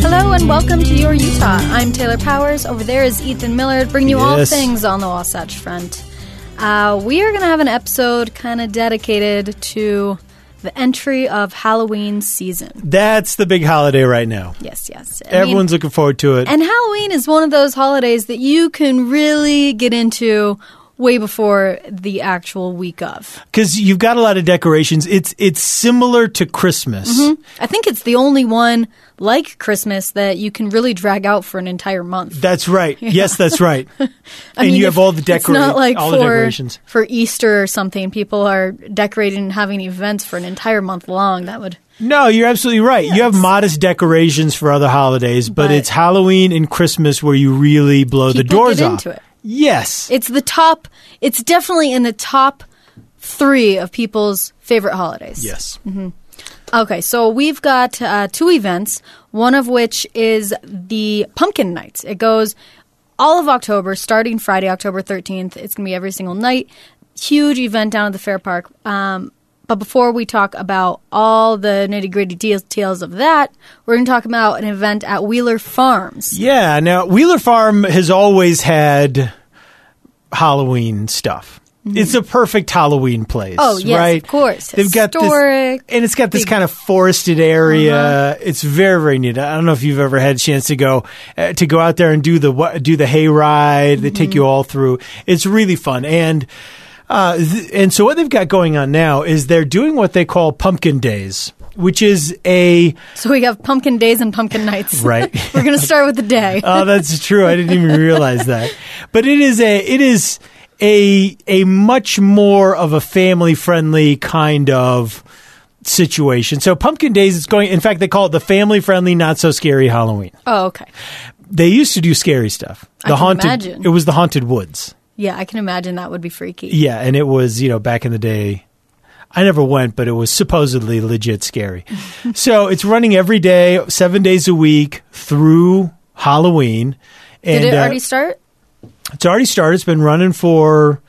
Hello and welcome to Your Utah. I'm Taylor Powers. Over there is Ethan Millard, bringing you all Yes. things on the Wasatch Front. Uh, we are going to have an episode kind of dedicated to the entry of Halloween season. That's the big holiday right now. Yes, yes. I mean- Everyone's looking forward to it. and Halloween is one of those holidays that you can really get into way before the actual week of. because you've got a lot of decorations. It's it's similar to Christmas. I think it's the only one like Christmas that you can really drag out for an entire month. That's right. Yes, that's right. I and mean, you if- have all the it's not decora- like all for, the decorations. for Easter or something. People are decorating and having events for an entire month long. That would No, you're absolutely right. you have Yes. modest decorations for other holidays, but, But- it's Halloween and Christmas where you really blow the people doors get off. into it. Yes. It's the top. It's definitely in the top three of people's favorite holidays. yes. Okay, so we've got uh, two events, one of which is the Pumpkin Nights. It goes all of October, starting Friday, October 13th. It's going to be every single night. Huge event down at the Fair Park. Um, but before we talk about all the nitty gritty details of that, we're going to talk about an event at Wheeler Farms. Yeah. Now Wheeler Farm has always had Halloween stuff. It's a perfect Halloween place. Mm-hmm. Oh, yes, of right? course. this, Historic, and it's got this big- Uh-huh. kind of forested area. It's very very neat. I don't know if you've ever had a chance to go uh, to go out there and do the wa- do the hay ride. They Mm-hmm. take you all through. It's really fun and. Uh, th- and so what they've got going on now is they're doing what they call pumpkin days, which is a So we have Pumpkin Days and Pumpkin Nights. Right. we're going to start with the day. oh, that's true. I didn't even realize that. But it is a it is a a much more of a family friendly kind of situation. So Pumpkin Days is going in fact they call it the family friendly not so scary Halloween. oh, okay. They used to do scary stuff. The can haunted imagine. it was the haunted woods. Yeah, I can imagine that would be freaky. Yeah, and it was, you know, back in the day. I never went, but it was supposedly legit scary. so it's running every day, seven days a week through Halloween. And, Did it uh, already start? It's already started. It's been running for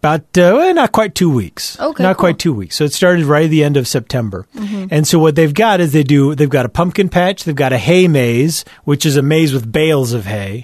about uh, well, not quite two weeks. Okay, not cool. Mm-hmm. quite two weeks. So it started right at the end of September. And so what they've got is they do. They've got a pumpkin patch. They've got a hay maze, which is a maze with bales of hay,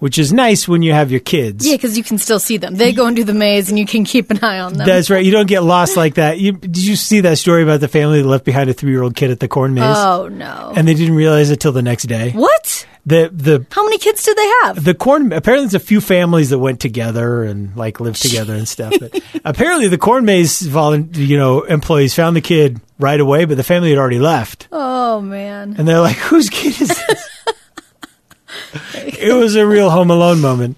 which is nice when you have your kids. Mm-hmm. Yeah, because you can still see them. They go into the maze, and you can keep an eye on them. That's right. You don't get lost like that. You, did you see that story about the family that left behind a three-year-old kid at the corn maze, oh no! and they didn't realize it till the next day? what? The the How many kids did they have? the corn apparently there's a few families that went together and like lived together and stuff but apparently the corn maze volun- you know employees found the kid right away but the family had already left oh man! and they're like whose kid is this it was a real home alone moment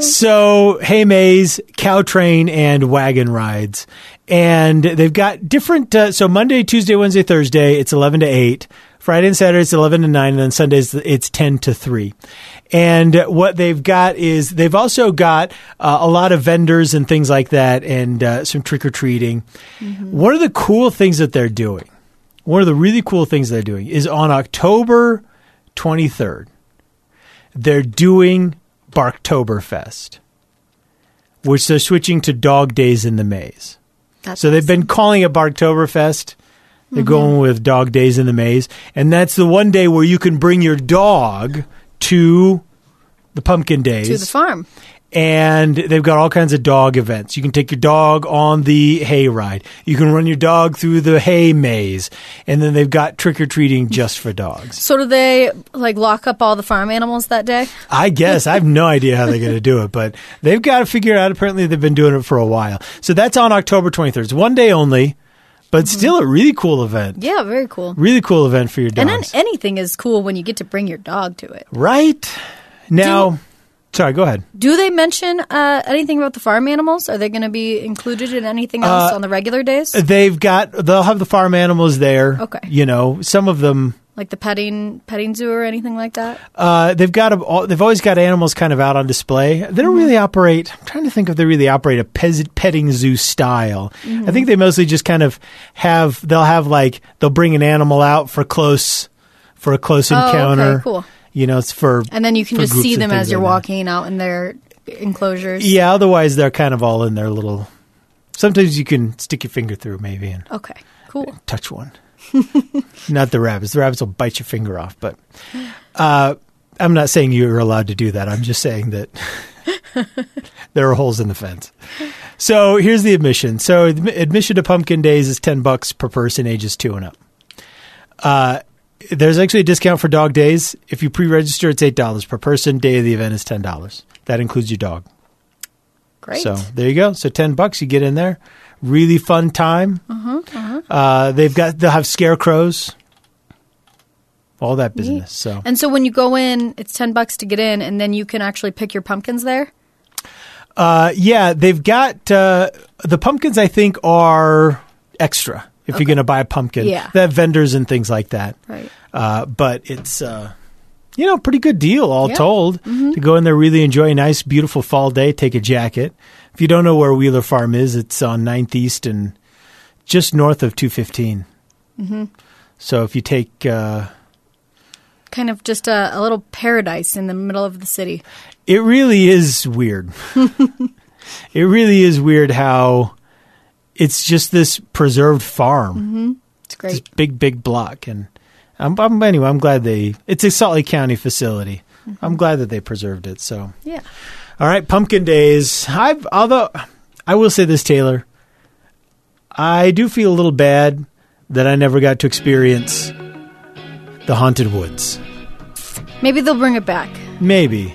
so hay maze cow train and wagon rides and they've got different uh, so monday tuesday wednesday thursday it's 11 to 8 friday and saturday it's 11 to 9 and then sundays it's 10 to 3 and uh, what they've got is they've also got uh, a lot of vendors and things like that and uh, some trick-or-treating one of the cool things that they're doing one of the really cool things they're doing is on october 23rd they're doing Barktoberfest, which they're switching to Dog Days in the Maze. That's So they've been calling it Barktoberfest. They're going with Dog Days in the Maze, and that's the one day where you can bring your dog to the pumpkin days to the farm. and they've got all kinds of dog events. You can take your dog on the hay ride. You can run your dog through the hay maze, and then they've got trick or treating just for dogs. So do they like lock up all the farm animals that day? I guess I have no idea how they're going to do it, but they've got to figure it out. Apparently, they've been doing it for a while. So that's on October 23rd. It's one day only, but still a really cool event. Mm-hmm. Yeah, very cool. Really cool event for your And dogs. then anything is cool when you get to bring your dog to it. right now, sorry, go ahead. Do they mention uh, anything about the farm animals? Are they going to be included in anything Uh, else on the regular days? They've got they'll have the farm animals there. Okay. you know some of them. like the petting petting zoo or anything like that? Uh, they've got a, all, they've always got animals kind of out on display. They don't really operate. I'm trying to think if they really operate a pez, petting zoo style. I think they mostly just kind of have. They'll have like they'll bring an animal out for close for a close Oh, okay, encounter. cool. You know, it's for And then you can for just groups see and them things as you're like that. walking out in their enclosures. Yeah. Otherwise, they're kind of all in their little. Sometimes you can stick your finger through maybe and Okay. Cool. touch one. not the rabbits. The rabbits will bite your finger off. But uh, I'm not saying you're allowed to do that. I'm just saying that there are holes in the fence. So here's the admission. So admi- admission to Pumpkin Days is ten bucks per person, ages two and up. Uh, there's actually a discount for dog days. If you pre-register, it's eight dollars per person. Day of the event is ten dollars. That includes your dog. Great. So there you go. So ten bucks, you get in there. Really fun time. Uh-huh, uh-huh. they've got they'll have scarecrows, all that business. So And so when you go in, it's 10 bucks to get in and then you can actually pick your pumpkins there. uh, yeah, they've got uh, the pumpkins. I think are extra if you're going to buy a pumpkin. Yeah. they have vendors and things like that. Right. Uh, but it's uh, you know pretty good deal all Yeah. told to go in there really enjoy a nice beautiful fall day take a jacket if you don't know where wheeler farm is it's on 9th east and just north of 215 mm-hmm. so if you take uh, Kind of just a, a little paradise in the middle of the city. it really is weird it really is weird how it's just this preserved farm It's great. This big, big block. And I'm, I'm, anyway, I'm glad they. It's a Salt Lake County facility. I'm glad that they preserved it. So, Yeah. all right, Pumpkin Days. I've although I will say this, Taylor, I do feel a little bad that I never got to experience the haunted woods. Maybe they'll bring it back. Maybe.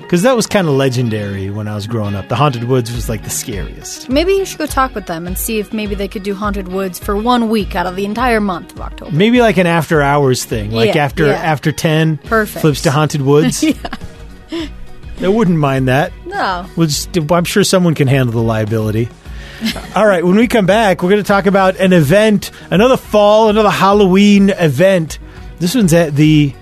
Because that was kind of legendary when I was growing up. The Haunted Woods was like the scariest. Maybe you should go talk with them and see if maybe they could do Haunted Woods for one week out of the entire month of October. Maybe like an after hours thing. Like Yeah, after yeah. after 10, Perfect. flips to Haunted Woods. I wouldn't mind that. No. We'll just, I'm sure someone can handle the liability. All right, when we come back, we're going to talk about an event, another fall, another Halloween event. This one's at the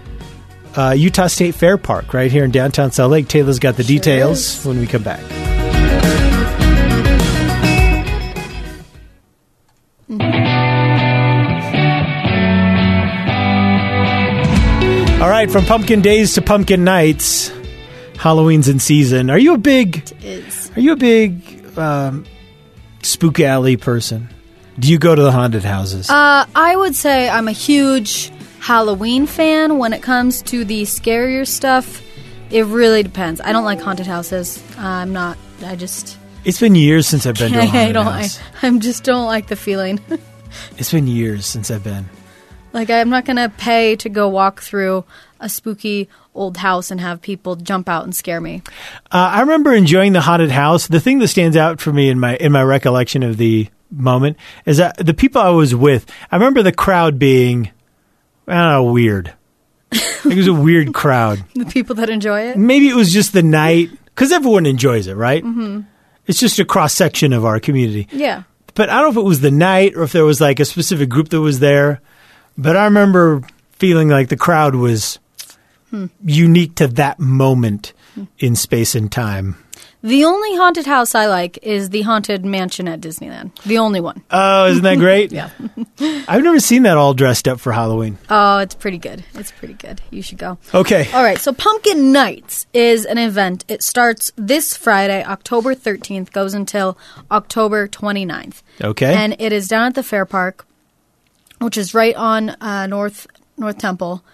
uh, Utah State Fair Park right here in downtown Salt Lake. Taylor's got the details when we come back. All right, from pumpkin days to pumpkin nights, Halloween's in season. Are you a big Is are you a big um, spook alley person? Do you go to the haunted houses? uh, I would say I'm a huge Halloween fan. When it comes to the scarier stuff, it really depends. I don't like haunted houses. I'm not. I just. it's been years since I've been to a haunted I don't. I, house. I'm just don't like the feeling. It's been years since I've been. Like I'm not gonna pay to go walk through a spooky old house and have people jump out and scare me. Uh, I remember enjoying the haunted house. The thing that stands out for me in my in my recollection of the moment is that the people I was with. I remember the crowd being, I don't know, weird. it was a weird crowd. The people that enjoy it. Maybe it was just the night because everyone enjoys it, right? Mm-hmm. It's just a cross section of our community. Yeah. but I don't know if it was the night or if there was like a specific group that was there. But I remember feeling like the crowd was Hmm. unique to that moment in space and time. The only haunted house I like is the haunted mansion at Disneyland. The only one. Oh, isn't that great? Yeah. I've never seen that all dressed up for Halloween. Oh, it's pretty good. It's pretty good. You should go. Okay. All right, so Pumpkin Nights is an event. It starts this Friday, October 13th, goes until October 29th. Okay. And it is down at the Fair Park, which is right on uh, North North Temple,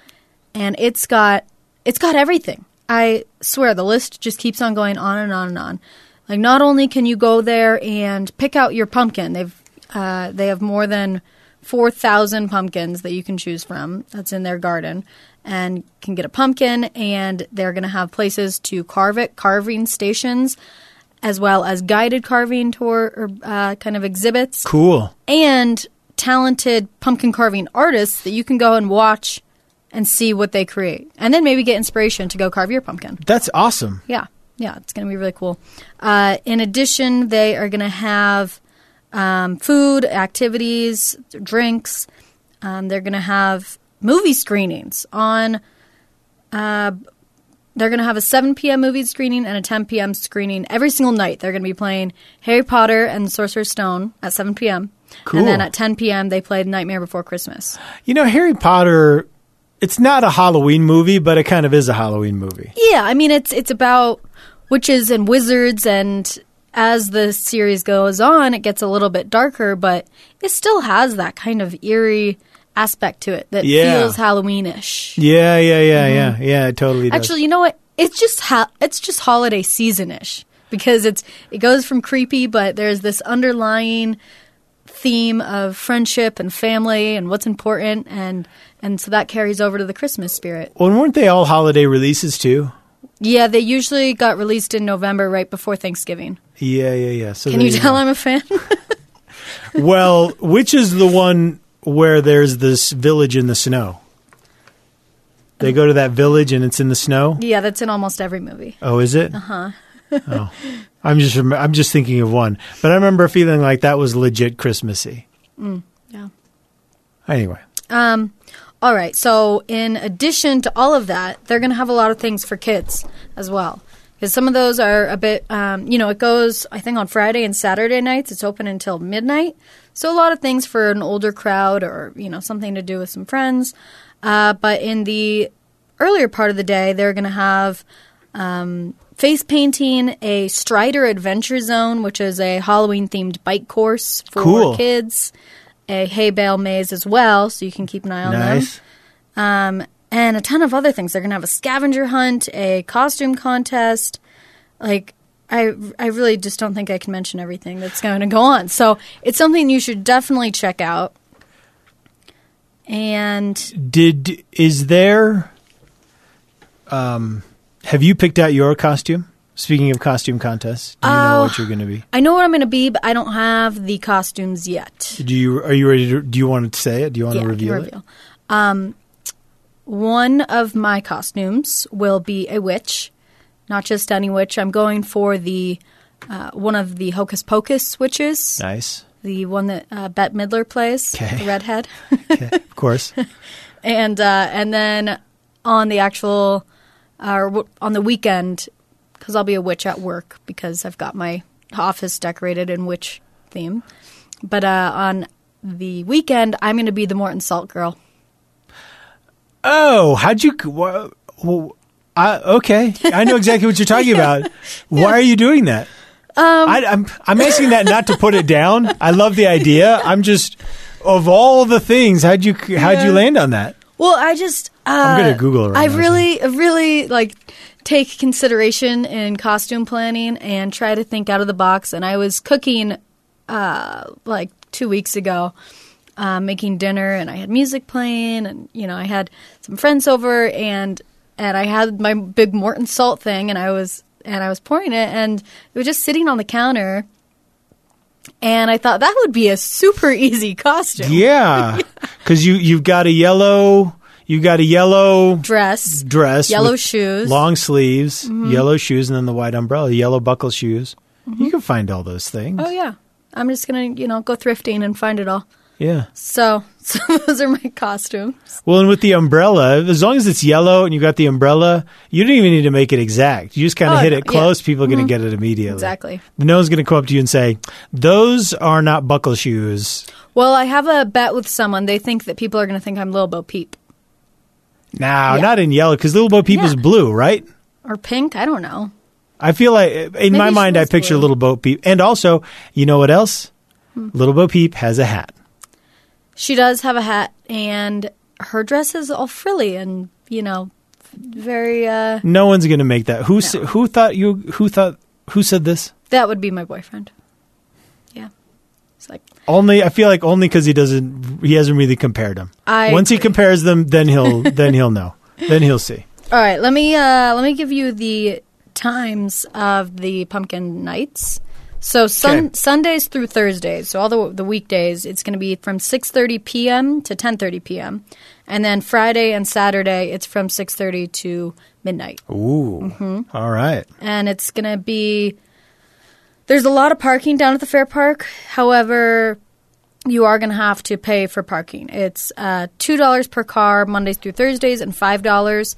and it's got it's got everything. I swear the list just keeps on going on and on and on. Like not only can you go there and pick out your pumpkin, they've uh, they have more than four thousand pumpkins that you can choose from. That's in their garden, and can get a pumpkin. And they're going to have places to carve it, carving stations, as well as guided carving tour or uh, kind of exhibits Cool. and talented pumpkin carving artists that you can go and watch and see what they create. And then maybe get inspiration to go carve your pumpkin. That's awesome. Yeah. Yeah, it's going to be really cool. Uh, in addition, they are going to have um, food, activities, drinks. Um, they're going to have movie screenings on. Uh, they're going to have a 7 p.m. movie screening and a 10 p.m. screening every single night. They're going to be playing Harry Potter and the Sorcerer's Stone at 7 p.m. Cool. And then at 10 p.m., they played Nightmare Before Christmas. You know, Harry Potter, it's not a Halloween movie, but it kind of is a Halloween movie. Yeah, I mean it's it's about witches and wizards and as the series goes on it gets a little bit darker but it still has that kind of eerie aspect to it that Yeah. feels Halloweenish. Yeah, yeah, yeah, yeah. Yeah, it totally does. Mm-hmm. Actually, you know what? It's just ha- it's just holiday seasonish because it's it goes from creepy but there's this underlying theme of friendship and family and what's important and and so that carries over to the Christmas spirit. well, weren't they all holiday releases too? Yeah, they usually got released in November right before Thanksgiving. Yeah, yeah, yeah. So Can there you tell go. I'm a fan? well, which is the one where there's this village in the snow? They go to that village and it's in the snow. yeah, that's in almost every movie. Oh, is it? Uh huh. Uh-huh. oh, I'm just rem- I'm just thinking of one, but I remember feeling like that was legit Christmassy. Mm, yeah. Anyway, All right, so in addition to all of that, they're going to have a lot of things for kids as well. Because some of those are a bit, um, you know, it goes, I think, on Friday and Saturday nights. It's open until midnight. So a lot of things for an older crowd or, you know, something to do with some friends. Uh, but in the earlier part of the day, they're going to have um, face painting, a Strider Adventure Zone, which is a Halloween themed bike course for Cool. kids, a hay bale maze as well, so you can keep an eye on them, nice. and a ton of other things. They're going to have a scavenger hunt, a costume contest. Like, I, I really just don't think I can mention everything that's going to go on. So it's something you should definitely check out. And Did is there? Um, have you picked out your costume? Speaking of costume contests, do you know Ah. what you're going to be? I know what I'm going to be, but I don't have the costumes yet. Do you are you ready? To, do you want to say it? Do you want to I can reveal, it? Um, one of my costumes will be a witch, not just any witch. I'm going for the uh, one of the Hocus Pocus witches, Nice. the one that uh, Bette Midler plays, Okay. the redhead, Okay, of course. and uh, and then on the actual uh, or w- on the weekend because I'll be a witch at work because I've got my office decorated in witch theme. But uh, on the weekend, I'm going to be the Morton Salt girl. Oh, how'd you? wha- wha- I, okay, I know exactly what you're talking about. Why are you doing that? Um, I, I'm I'm asking that not to put it down. I love the idea. I'm just of all the things, how'd you how'd you land on that? Well, I just uh, I'm gonna Google it right I've now, really, I've really like take consideration in costume planning and try to think out of the box. And I was cooking uh, like two weeks ago, uh, making dinner, and I had music playing, and you know I had some friends over, and and I had my big Morton salt thing, and I was and I was pouring it, and it was just sitting on the counter. And I thought that would be a super easy costume Yeah, because you you've got a yellow you've got a yellow dress. dress, Yellow with shoes. Mm-hmm. long sleeves, yellow shoes, and then the white umbrella, yellow buckle shoes. You can find all those things. Oh yeah. I'm just gonna, you know, go thrifting and find it all. yeah. So, so those are my costumes. Well, and with the umbrella, as long as it's yellow and you got the umbrella, you don't even need to make it exact. You just kind Oh, of hit no, it close. yeah. Mm-hmm. People are going to get it immediately. Exactly. No one's going to come up to you and say, "Those are not buckle shoes." Well, I have a bet with someone. They think that people are gonna think I'm Lil Bo Peep No, not in yellow because Little Bo Peep Yeah. is blue, right? or Pink. I don't know. I feel like in my she mind, I was picture blue. Hmm. Little Bo Peep, and also, you know what else? Little Bo Peep has a hat. She does have a hat, and her dress is all frilly and you know very. Uh, No one's going to make that. Who s who thought you who thought who said this? that would be my boyfriend. Yeah, it's like Only I feel like only cuz he doesn't he hasn't really compared them. I Once he agree. compares them then he'll then he'll know. Then he'll see. All right, let me uh, let me give you the times of the pumpkin nights. So sun- Okay. Sundays through Thursdays, so all the the weekdays, it's going to be from 6:30 p.m. to 10:30 p.m. and then Friday and Saturday, it's from 6:30 to midnight. Ooh. Mm-hmm. All right. And it's going to be there's a lot of parking down at the fair park. However, you are going to have to pay for parking. It's uh, two dollars per car Mondays through Thursdays, and five dollars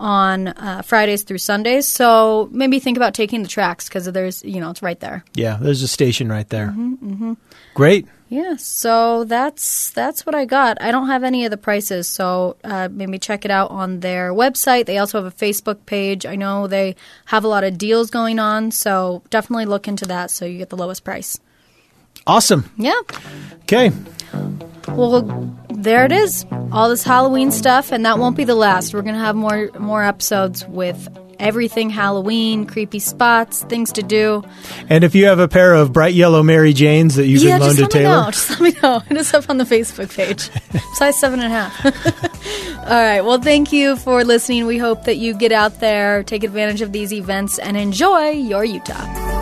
on uh, Fridays through Sundays. So maybe think about taking the tracks because there's you know it's right there. Yeah, there's a station right there. Mm-hmm, Great. Yeah. So that's that's what I got. I don't have any of the prices, so uh, maybe check it out on their website. They also have a Facebook page. I know they have a lot of deals going on, so definitely look into that so you get the lowest price. Awesome. Yeah. Okay. Well, there it is. All this Halloween stuff, and that won't be the last. We're gonna have more more episodes with everything Halloween, creepy spots, things to do. And if you have a pair of bright yellow Mary Janes that you yeah, can loan just to let me know. Taylor, Just let me know. Hit us up on the Facebook page. Size seven and a half. All right. Well, thank you for listening. We hope that you get out there, take advantage of these events, and enjoy your Utah.